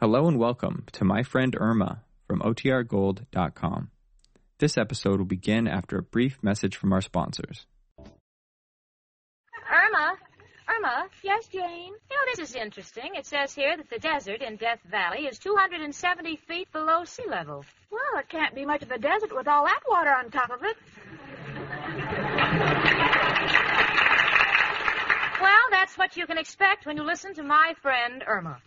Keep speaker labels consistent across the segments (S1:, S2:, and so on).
S1: Hello and welcome to my friend Irma from OTRGold.com. This episode will begin after a brief message from our sponsors.
S2: Irma,
S3: Irma, yes, Jane?
S2: you know, this is interesting. It says here that the desert in Death Valley is 270 feet below sea level.
S3: Well, it can't be much of a desert with all that water on top of it.
S2: Well, that's what you can expect when you listen to my friend Irma.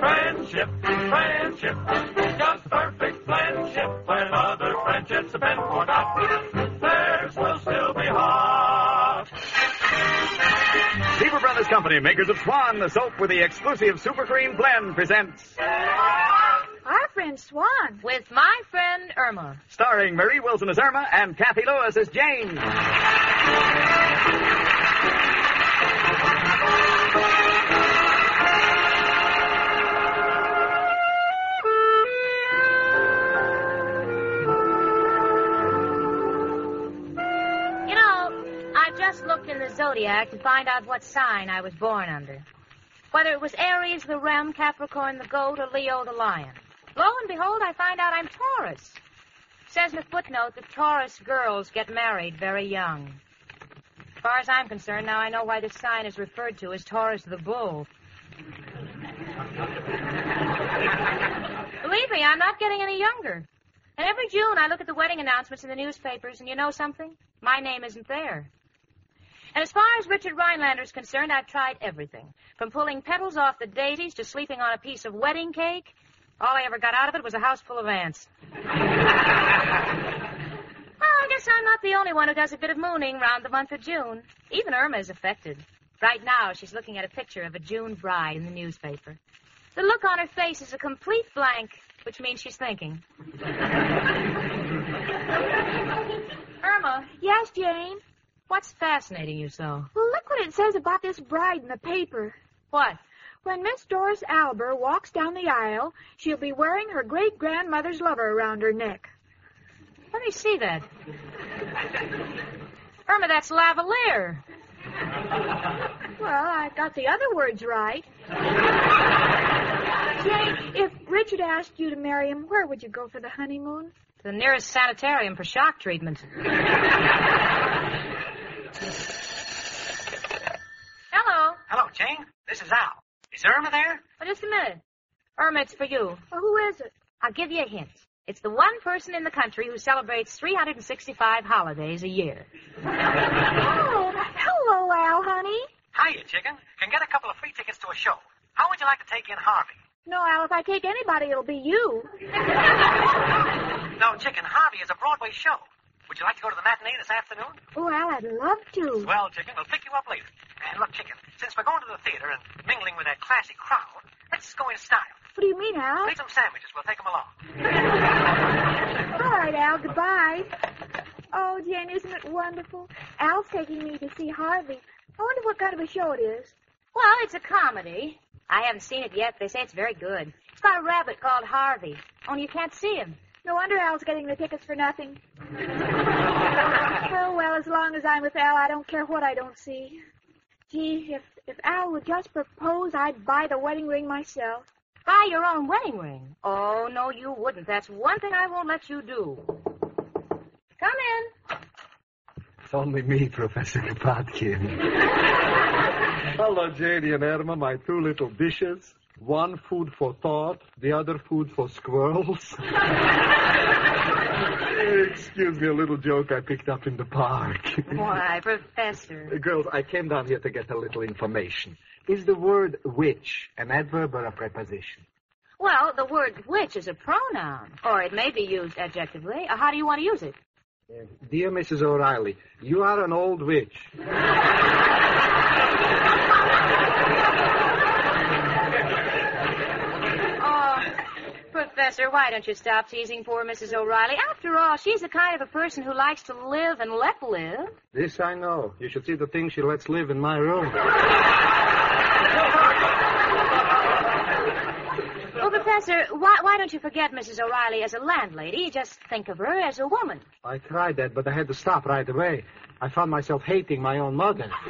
S4: Friendship, friendship, just perfect friendship. When other friendships have been forgot, theirs will still be hot.
S5: Beaver Brothers Company, makers of Swan, the soap with the exclusive Super Cream Blend, presents
S3: Our friend Swan.
S2: With my friend Irma.
S5: starring Marie Wilson as Irma and Kathy Lewis as Jane.
S2: You know, I just looked in the zodiac to find out what sign I was born under. Whether it was Aries the Ram, Capricorn the Goat, or Leo the Lion. Lo and behold, I find out I'm Taurus. Says in the footnote that Taurus girls get married very young. As far as I'm concerned, now I know why this sign is referred to as Taurus the Bull. Believe me, I'm not getting any younger. And every June, I look at the wedding announcements in the newspapers, and you know something? My name isn't there. And as far as Richard Rhinelander is concerned, I've tried everything. From pulling petals off the daisies to sleeping on a piece of wedding cake. All I ever got out of it was a house full of ants. well, I guess I'm not the only one who does a bit of mooning round the month of June. Even Irma is affected. Right now, she's looking at a picture of a June bride in the newspaper. The look on her face is a complete blank, which means she's thinking. Irma,
S3: Yes, Jane?
S2: what's fascinating you so?
S3: Well, look what it says about this bride in the paper.
S2: What?
S3: When Miss Doris Alber walks down the aisle, she'll be wearing her great grandmother's lover around her neck.
S2: Let me see that. Irma, that's lavalier.
S3: Well, I got the other words right. Jane, if Richard asked you to marry him, where would you go for the honeymoon?
S2: The nearest sanitarium for shock treatment. Hello.
S6: Hello, Jane. This is Al. Is Irma there?
S2: Oh, just a minute. Irma, it's for you.
S3: Well, who is it?
S2: I'll give you a hint. It's the one person in the country who celebrates 365 holidays a year.
S3: Oh, hello, Al, honey.
S6: Hiya, chicken. Can get a couple of free tickets to a show. How would you like to take in Harvey?
S3: No, Al, if I take anybody, it'll be you.
S6: No, chicken. Harvey is a Broadway show. Would you like to go to the matinee this afternoon?
S3: Oh, Al, I'd love to.
S6: Well, chicken, we'll pick you up later. And look, chicken, since we're going to the theater and mingling with that classy crowd, let's go in style.
S3: What do you mean, Al?
S6: Make some sandwiches. We'll take them along.
S3: All right, Al, goodbye. Oh, Jane, isn't it wonderful? Al's taking me to see Harvey. I wonder what kind of a show it is.
S2: Well, it's a comedy. I haven't seen it yet. They say it's very good. It's about a rabbit called Harvey. Only you can't see him.
S3: No wonder Al's getting the tickets for nothing. oh, well, as long as I'm with Al, I don't care what I don't see. Gee, if, if Al would just propose, I'd buy the wedding ring myself.
S2: Buy your own wedding ring. Oh, no, you wouldn't. That's one thing I won't let you do. Come in.
S7: It's only me, Professor Kropotkin. Hello, Janie and Irma, my two little dishes. One food for thought, the other food for squirrels. Excuse me, a little joke I picked up in the park.
S2: Why, Professor.
S7: Girls, I came down here to get a little information. Is the word which an adverb or a preposition?
S2: Well, the word which is a pronoun, or it may be used adjectively. Uh, How do you want to use it?
S7: Uh, Dear Mrs. O'Reilly, you are an old witch.
S2: Oh, Professor, why don't you stop teasing poor Mrs. O'Reilly? After all, she's the kind of a person who likes to live and let live.
S7: This I know. You should see the thing she lets live in my room.
S2: Well, Professor, why, why don't you forget Mrs. O'Reilly as a landlady? Just think of her as a woman.
S7: I tried that, but I had to stop right away. I found myself hating my own mother.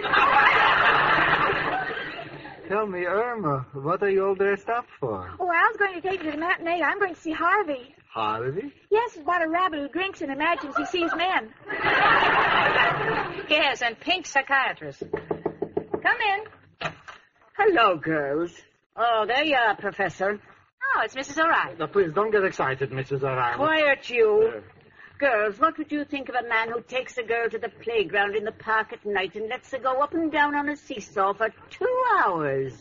S7: Tell me, Irma, what are you all dressed up for?
S3: Oh, Al's going to take me to the matinee. I'm going to see Harvey.
S7: Harvey?
S3: Yes, it's about a rabbit who drinks and imagines he sees men.
S2: Yes, and pink psychiatrist. Come in.
S8: Hello, girls. Oh, there you are, Professor.
S2: Oh, it's Mrs. O'Reilly.
S7: Now, please don't get excited, Mrs. O'Reilly.
S8: Quiet, you. Girls, what would you think of a man who takes a girl to the playground in the park at night and lets her go up and down on a seesaw for two hours?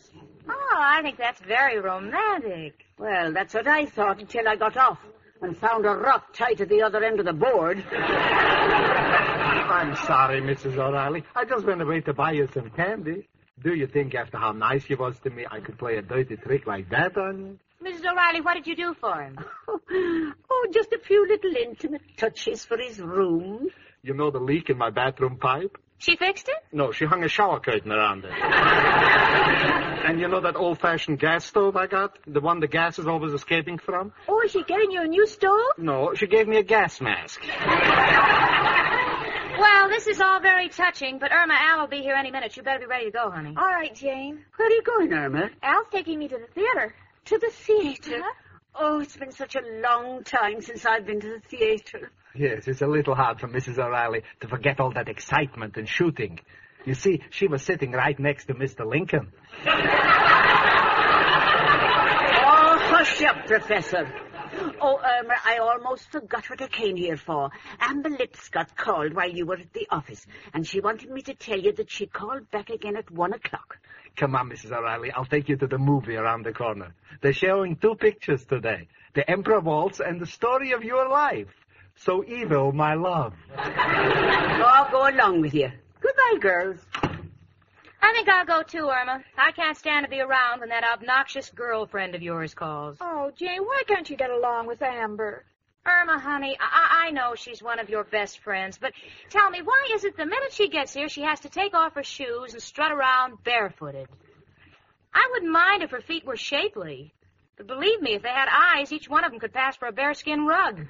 S2: Oh, I think that's very romantic.
S8: Well, that's what I thought until I got off and found a rock tight at the other end of the board.
S7: I'm sorry, Mrs. O'Reilly. I just went away to buy you some candy. Do you think after how nice you was to me, I could play a dirty trick like that on you?
S2: Mrs. O'Reilly, what did you do for him?
S8: oh, just a few little intimate touches for his room.
S7: You know the leak in my bathroom pipe?
S2: She fixed it?
S7: No, she hung a shower curtain around it. and you know that old-fashioned gas stove I got? The one the gas is always escaping from?
S3: Oh, is she getting you a new stove?
S7: No, she gave me a gas mask.
S2: Well, this is all very touching, but Irma, Al will be here any minute. You better be ready to go, honey.
S3: All right, Jane.
S8: Where are you going, Irma?
S3: Al's taking me to the theater.
S8: To the theater Oh, it's been such a long time since I've been to the theater.
S7: Yes, it's a little hard for Mrs. O'Reilly to forget all that excitement and shooting. You see, she was sitting right next to Mr. Lincoln.
S8: Oh, hush up, Professor. Oh, Irma, I almost forgot what I came here for. Amber Lips got called while you were at the office, and she wanted me to tell you that she called back again at one o'clock.
S7: Come on, Mrs. O'Reilly, I'll take you to the movie around the corner. They're showing two pictures today, The Emperor Waltz and The Story of Your Life. So evil, my love.
S8: Oh, I'll go along with you. Goodbye, girls.
S2: I think I'll go too, Irma. I can't stand to be around when that obnoxious girlfriend of yours calls.
S3: Oh, Jane, why can't you get along with Amber?
S2: Irma, honey, I, I I know she's one of your best friends, but tell me, why is it the minute she gets here, she has to take off her shoes and strut around barefooted? I wouldn't mind if her feet were shapely, but believe me, if they had eyes, each one of them could pass for a bearskin rug.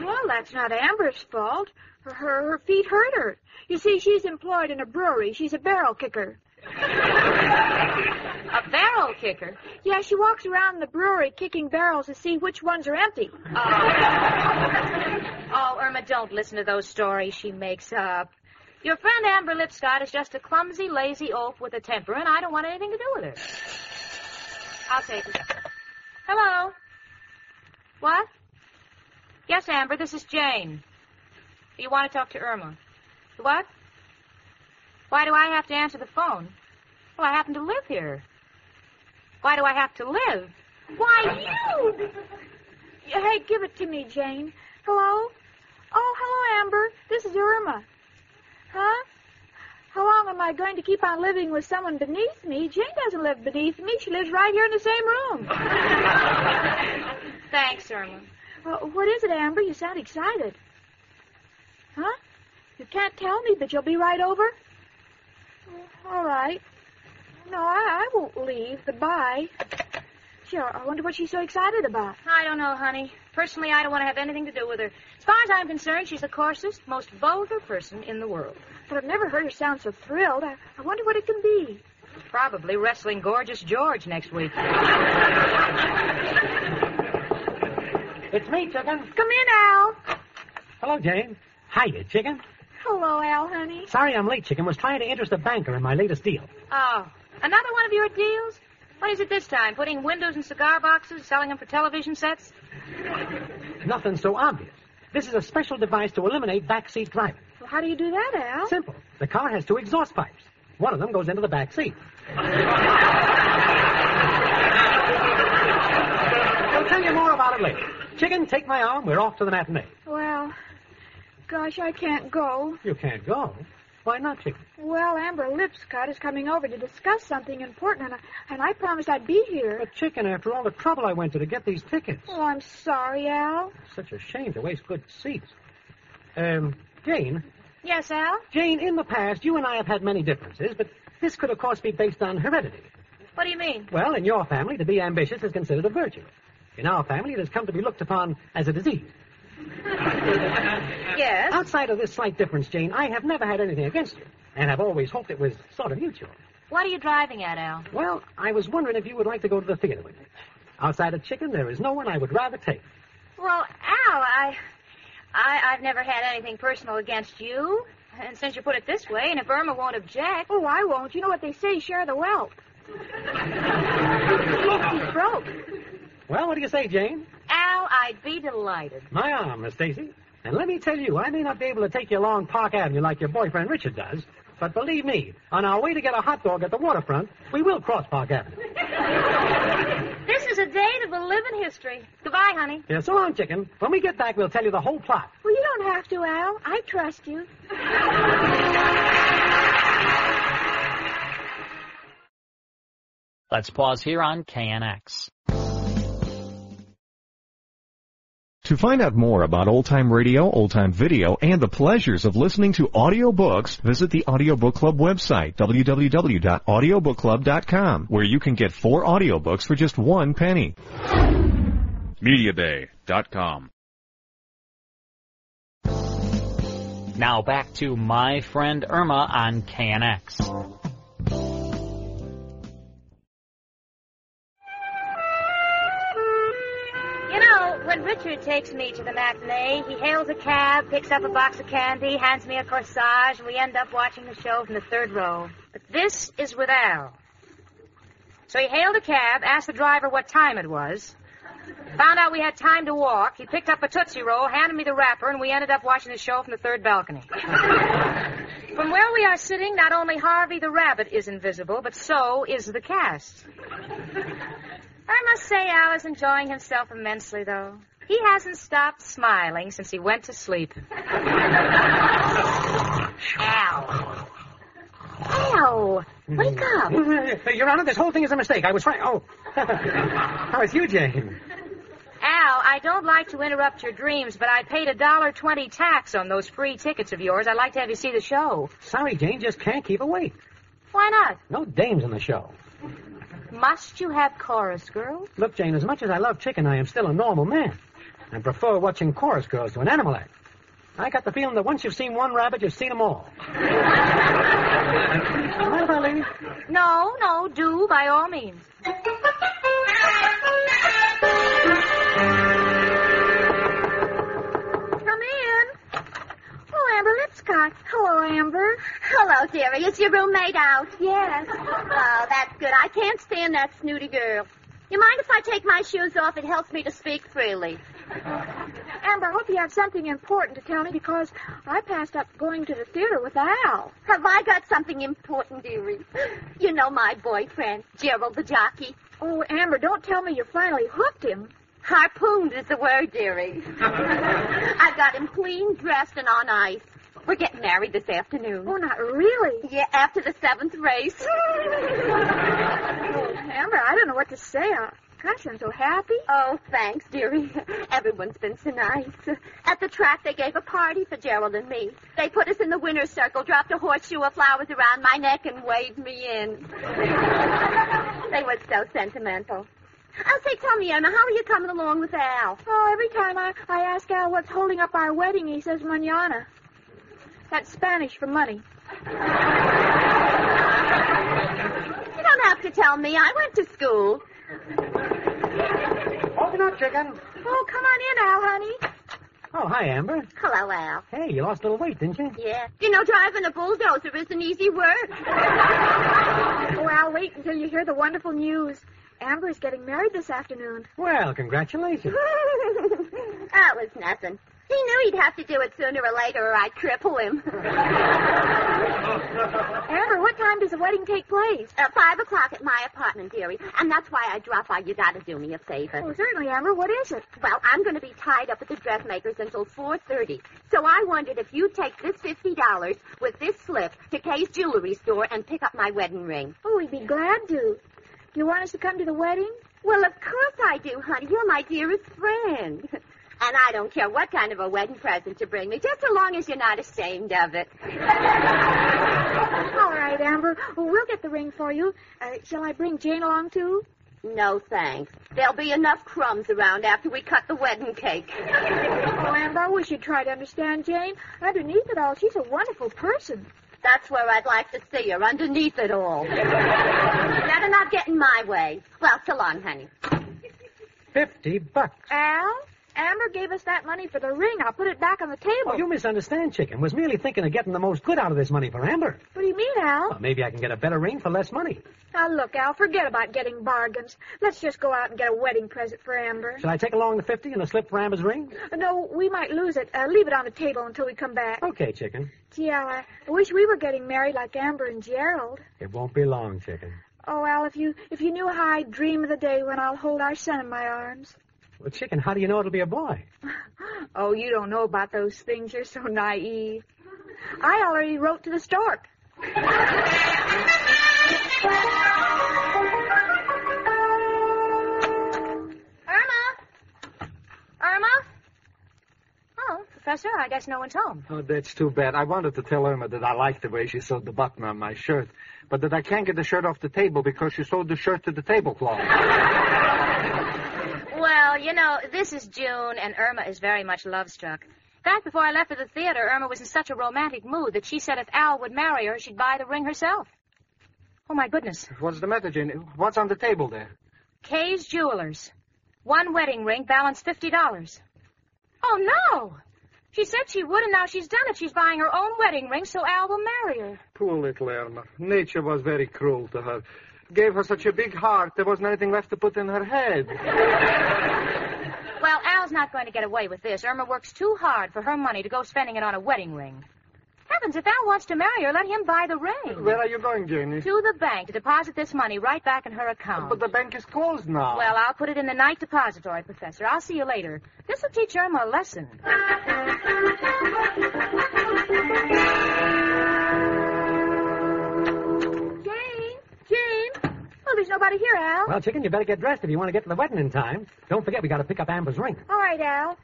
S3: Well, that's not Amber's fault. Her, her, her feet hurt her. You see, she's employed in a brewery. She's a barrel kicker.
S2: A barrel kicker?
S3: Yeah, she walks around the brewery kicking barrels to see which ones are empty.
S2: Oh, Irma, don't listen to those stories she makes up. Your friend Amber Lipscott is just a clumsy, lazy oaf with a temper, and I don't want anything to do with her. I'll take it. Hello? What? Yes, Amber, this is Jane. You want to talk to Irma. What? Why do I have to answer the phone? Well, I happen to live here. Why do I have to live? Why, you!
S3: Yeah, Hey, give it to me, Jane. Hello? Oh, hello, Amber. This is Irma. Huh? How long am I going to keep on living with someone beneath me? Jane doesn't live beneath me. She lives right here in the same room.
S2: Thanks, Irma.
S3: Uh, what is it, Amber? You sound excited. Huh? You can't tell me, but you'll be right over? Oh, All right. No, I, I won't leave. Goodbye. Sure, I wonder what she's so excited about.
S2: I don't know, honey. Personally, I don't want to have anything to do with her. As far as I'm concerned, she's the coarsest, most vulgar person in the world.
S3: But I've never heard her sound so thrilled. I, I wonder what it can be.
S2: Probably wrestling Gorgeous George next week.
S9: It's me, Chicken.
S3: Come in, Al.
S9: Hello, Jane. Hiya, Chicken.
S3: Hello, Al, honey.
S9: Sorry I'm late, Chicken. Was trying to interest a banker in my latest deal.
S2: Oh, another one of your deals? What is it this time? Putting windows in cigar boxes, selling them for television sets?
S9: Nothing so obvious. This is a special device to eliminate backseat driving.
S3: Well, how do you do that, Al?
S9: Simple. The car has two exhaust pipes. One of them goes into the back seat. I'll tell you more about it later. Chicken, take my arm. We're off to the matinee.
S3: Well, gosh, I can't go.
S9: You can't go. Why not, Chicken?
S3: Well, Amber Lipscott is coming over to discuss something important, and I, and I promised I'd be here.
S9: But Chicken, after all the trouble I went to to get these tickets.
S3: Oh, I'm sorry, Al.
S9: Such a shame to waste good seats. Um, Jane,
S2: Yes, Al?
S9: Jane, in the past, you and I have had many differences, but this could, of course, be based on heredity.
S2: What do you mean?
S9: Well, in your family, to be ambitious is considered a virtue. In our family, it has come to be looked upon as a disease.
S2: Yes.
S9: Outside of this slight difference, Jane, I have never had anything against you, and have always hoped it was sort of mutual.
S2: What are you driving at, Al?
S9: Well, I was wondering if you would like to go to the theater with me. Outside of chicken, there is no one I would rather take.
S2: Well, Al, I, I, I've never had anything personal against you. And since you put it this way, and if Irma won't object,
S10: Oh, I won't. You know what they say, share the wealth. He's broke.
S9: Well, what do you say, Jane?
S2: Al, I'd be delighted.
S9: My arm, Miss Stacy. And let me tell you, I may not be able to take you along Park Avenue like your boyfriend Richard does, but believe me, on our way to get a hot dog at the waterfront, we will cross Park Avenue.
S2: This is a day that will live in history. Goodbye, honey.
S9: Yeah, so long, chicken. When we get back, we'll tell you the whole plot.
S10: Well, you don't have to, Al. I trust you.
S7: Let's pause here on KNX.
S11: To find out more about old time radio, old time video, and the pleasures of listening to audiobooks, visit the Audiobook Club website, www.audiobookclub.com, where you can get four audiobooks for just one penny.
S12: MediaDay.com.
S7: Now back to my friend Irma on KNX.
S2: You know, when Richard takes me to the matinee, he hails a cab, picks up a box of candy, hands me a corsage, and we end up watching the show from the third row. But this is with Al. So he hailed a cab, asked the driver what time it was, found out we had time to walk. He picked up a Tootsie Roll, handed me the wrapper, and we ended up watching the show from the third balcony. From where we are sitting, not only Harvey the rabbit is invisible, but so is the cast. I must say Al is enjoying himself immensely, though. He hasn't stopped smiling since he went to sleep. Al.
S10: Al, wake up.
S9: Your Honor, this whole thing is a mistake. I was trying. Oh. How is you, Jane?
S2: Al, I don't like to interrupt your dreams, but I paid a dollar twenty tax on those free tickets of yours. I'd like to have you see the show.
S9: Sorry, Jane, just can't keep awake.
S2: Why not?
S9: No dames in the show.
S2: Must you have chorus girls?
S9: Look, Jane, as much as I love chicken, I am still a normal man. I prefer watching chorus girls to an animal act. I got the feeling that once you've seen one rabbit, you've seen them all. Mind if I leave?
S2: No, no, do by all means.
S10: Come in. Oh, Amber Lipscott. Hello, Amber. Hello, dearie. Is your roommate out? Yes. Oh, that's good. I can't stand that snooty girl. You mind if I take my shoes off? It helps me to speak freely. Amber, I hope you have something important to tell me because I passed up going to the theater with Al. Have I got something important, dearie? You know my boyfriend, Gerald the jockey. Oh, Amber, don't tell me you finally hooked him. Harpooned is the word, dearie. I've got him clean, dressed, and on ice. We're getting married this afternoon. Oh, not really? Yeah, after the seventh race. Amber, I don't know what to say. I, gosh, I'm so happy. Oh, thanks, dearie. Everyone's been so nice. At the track, they gave a party for Gerald and me. They put us in the winner's circle, dropped a horseshoe of flowers around my neck, and waved me in. they were so sentimental. I'll say, tell me, Emma, how are you coming along with Al? Oh, every time I, I ask Al what's holding up our wedding, he says manana. That's Spanish for money. you don't have to tell me. I went to school.
S9: Open up, chicken.
S10: Oh, come on in, Al, honey.
S9: Oh, hi, Amber.
S10: Hello, Al.
S9: Hey, you lost a little weight, didn't you?
S10: Yeah. You know, driving a bulldozer is an easy work. well, Oh, wait until you hear the wonderful news. Amber is getting married this afternoon.
S9: Well, congratulations.
S10: that was nothing. He knew he'd have to do it sooner or later, or I'd cripple him. Amber, what time does the wedding take place? At five o'clock at my apartment, dearie. And that's why I drop by. You gotta do me a favor. Oh, certainly, Amber. What is it? Well, I'm gonna be tied up at the dressmaker's until four thirty. So I wondered if you'd take this fifty dollars with this slip to Kay's jewelry store and pick up my wedding ring. Oh, we'd be glad to. Do you want us to come to the wedding? Well, of course I do, honey. You're my dearest friend. And I don't care what kind of a wedding present you bring me, just so long as you're not ashamed of it. All right, Amber. We'll get the ring for you. Uh, shall I bring Jane along, too? No, thanks. There'll be enough crumbs around after we cut the wedding cake. oh, Amber, I wish you'd try to understand Jane. Underneath it all, she's a wonderful person. That's where I'd like to see her, underneath it all. Better not get in my way. Well, so long, honey.
S9: Fifty bucks.
S3: Al, Amber gave us that money for the ring. I'll put it back on the table.
S9: Oh, you misunderstand, Chicken. Was merely thinking of getting the most good out of this money for Amber.
S3: What do you mean, Al?
S9: Well, maybe I can get a better ring for less money.
S3: Now, look, Al, forget about getting bargains. Let's just go out and get a wedding present for Amber.
S9: Shall I take along the fifty and a slip for Amber's ring?
S3: No, we might lose it. Uh, leave it on the table until we come back.
S9: Okay, Chicken.
S3: Gee, Al, I wish we were getting married like Amber and Gerald.
S9: It won't be long, Chicken.
S3: Oh, Al, if you if you knew how I'd dream of the day when I'll hold our son in my arms.
S9: Well, Chicken, how do you know it'll be a boy?
S3: Oh, you don't know about those things. You're so naive. I already wrote to the stork.
S2: Irma? Irma? Oh, Professor, I guess no one's home.
S7: Oh, that's too bad. I wanted to tell Irma that I liked the way she sewed the button on my shirt, but that I can't get the shirt off the table because she sewed the shirt to the tablecloth.
S2: Well, you know, this is June, and Irma is very much love struck. In fact, before I left for the theater, Irma was in such a romantic mood that she said if Al would marry her, she'd buy the ring herself. Oh, my goodness.
S7: What's the matter, Jane? What's on the table there?
S2: Kay's Jewelers. One wedding ring, balance $50. Oh, no! She said she would, and now she's done it. She's buying her own wedding ring so Al will marry her.
S7: Poor little Irma. Nature was very cruel to her. Gave her such a big heart, there wasn't anything left to put in her head.
S2: Well, Al's not going to get away with this. Irma works too hard for her money to go spending it on a wedding ring. Heavens, if Al wants to marry her, let him buy the ring.
S7: Where are you going, Janie?
S2: To the bank to deposit this money right back in her account.
S7: But the bank is closed now.
S2: Well, I'll put it in the night depository, Professor. I'll see you later. This will teach Irma a lesson.
S3: Jane, Jane. Oh, there's nobody here, Al.
S9: Well, Chicken, you better get dressed if you want to get to the wedding in time. Don't forget, we got to pick up Amber's ring.
S3: All right, Al.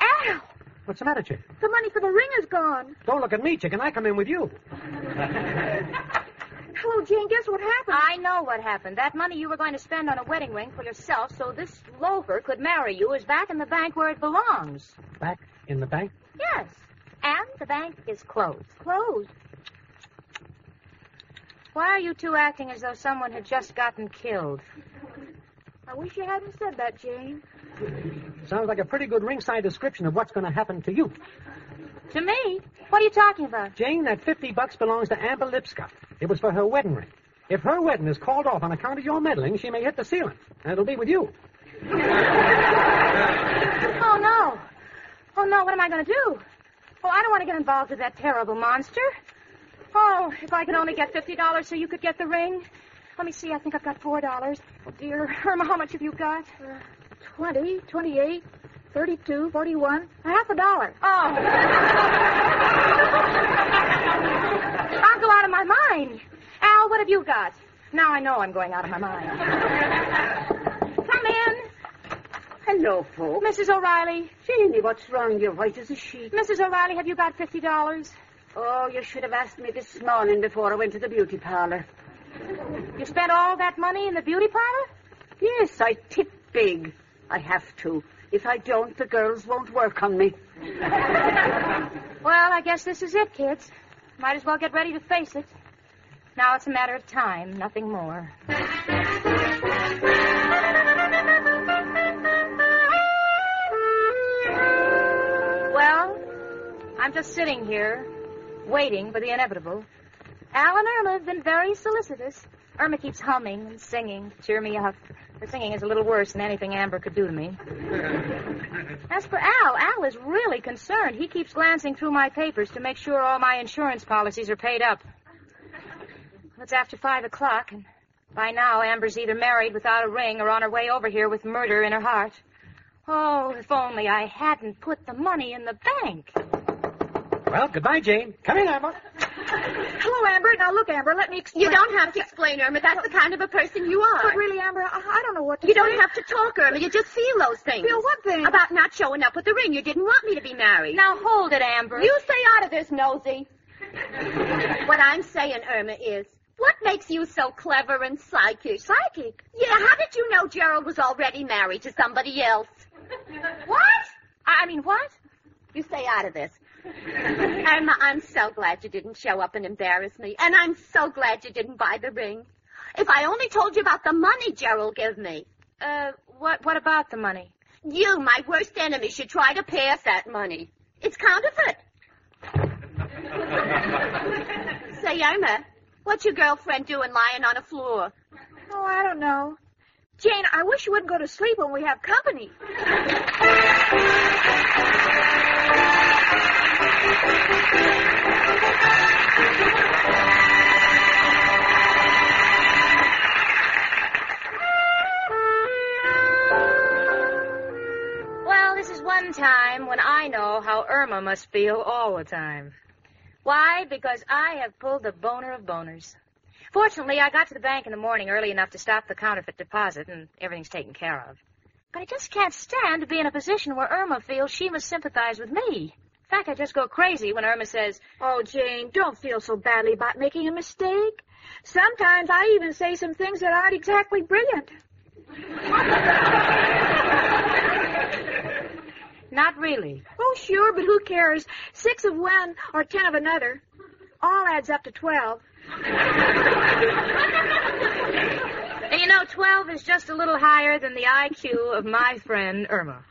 S3: Al,
S9: What's the matter, Chicken?
S3: the money for the ring is gone.
S9: Don't look at me, Chicken. I come in with you.
S3: Hello, Jane. Guess what happened?
S2: I know what happened. That money you were going to spend on a wedding ring for yourself so this loafer could marry you is back in the bank where it belongs.
S9: Back in the bank.
S2: Yes. And the bank is closed.
S3: Closed?
S2: Why are you two acting as though someone had just gotten killed?
S3: I wish you hadn't said that, Jane.
S9: Sounds like a pretty good ringside description of what's going to happen to you.
S2: To me? What are you talking about?
S9: Jane, that 50 bucks belongs to Amber Lipscott. It was for her wedding ring. If her wedding is called off on account of your meddling, she may hit the ceiling, and it'll be with you.
S2: Oh, no. Oh, no. What am I going to do? Oh, I don't want to get involved with that terrible monster. Oh, if I could only get $50 so you could get the ring. Let me see. I think I've got $4. Oh, dear. Irma, how much have you got?
S3: Twenty, twenty-eight, thirty-two, forty-one, a half a dollar.
S2: Oh. I'll go out of my mind. Al, what have you got? Now I know I'm going out of my mind. Come in.
S8: Hello, folks.
S2: Mrs. O'Reilly.
S8: Janie, what's wrong? You're white as a sheet.
S2: Mrs. O'Reilly, have you got $50?
S8: Oh, you should have asked me this morning before I went to the beauty parlor.
S2: You spent all that money in the beauty parlor?
S8: Yes, I tip big. I have to. If I don't, the girls won't work on me.
S2: Well, I guess this is it, kids. Might as well get ready to face it. Now it's a matter of time, nothing more. Well, I'm just sitting here, waiting for the inevitable. Al and Irma have been very solicitous. Irma keeps humming and singing to cheer me up. Her singing is a little worse than anything Amber could do to me. As for Al, Al is really concerned. He keeps glancing through my papers to make sure all my insurance policies are paid up. Well, It's after five o'clock, and by now Amber's either married without a ring or on her way over here with murder in her heart. Oh, if only I hadn't put the money in the bank.
S9: Well, goodbye, Jane. Come in, Amber.
S3: Hello, Amber. Now, look, Amber, let me explain.
S10: You don't have to explain, Irma. That's the kind of a person you are.
S3: But really, Amber, I, I don't know what to
S10: You
S3: say.
S10: don't have to talk, Irma. You just feel those things.
S3: Feel what thing?
S10: About not showing up with the ring. You didn't want me to be married.
S2: Now hold it, Amber.
S10: You stay out of this, nosy. what I'm saying, Irma, is what makes you so clever and psychic?
S3: Psychic?
S10: Yeah, how did you know Gerald was already married to somebody else?
S2: What? I I mean, what?
S10: You stay out of this. Irma, I'm so glad you didn't show up and embarrass me. And I'm so glad you didn't buy the ring. If I only told you about the money Gerald gave me.
S2: Uh, what, what about the money?
S10: You, my worst enemy, should try to pass that money. It's counterfeit. Say, Irma, what's your girlfriend doing lying on a floor?
S3: Oh, I don't know. Jane, I wish you wouldn't go to sleep when we have company.
S2: Well, this is one time when I know how Irma must feel all the time. Why? Because I have pulled the boner of boners. Fortunately, I got to the bank in the morning early enough to stop the counterfeit deposit, and everything's taken care of. But I just can't stand to be in a position where Irma feels she must sympathize with me. In fact, I just go crazy when Irma says,
S3: Oh, Jane, don't feel so badly about making a mistake. Sometimes I even say some things that aren't exactly brilliant.
S2: Not really.
S3: Oh, sure, but who cares? Six of one or ten of another. All adds up to twelve.
S2: And you know, 12 is just a little higher than the IQ of my friend Irma.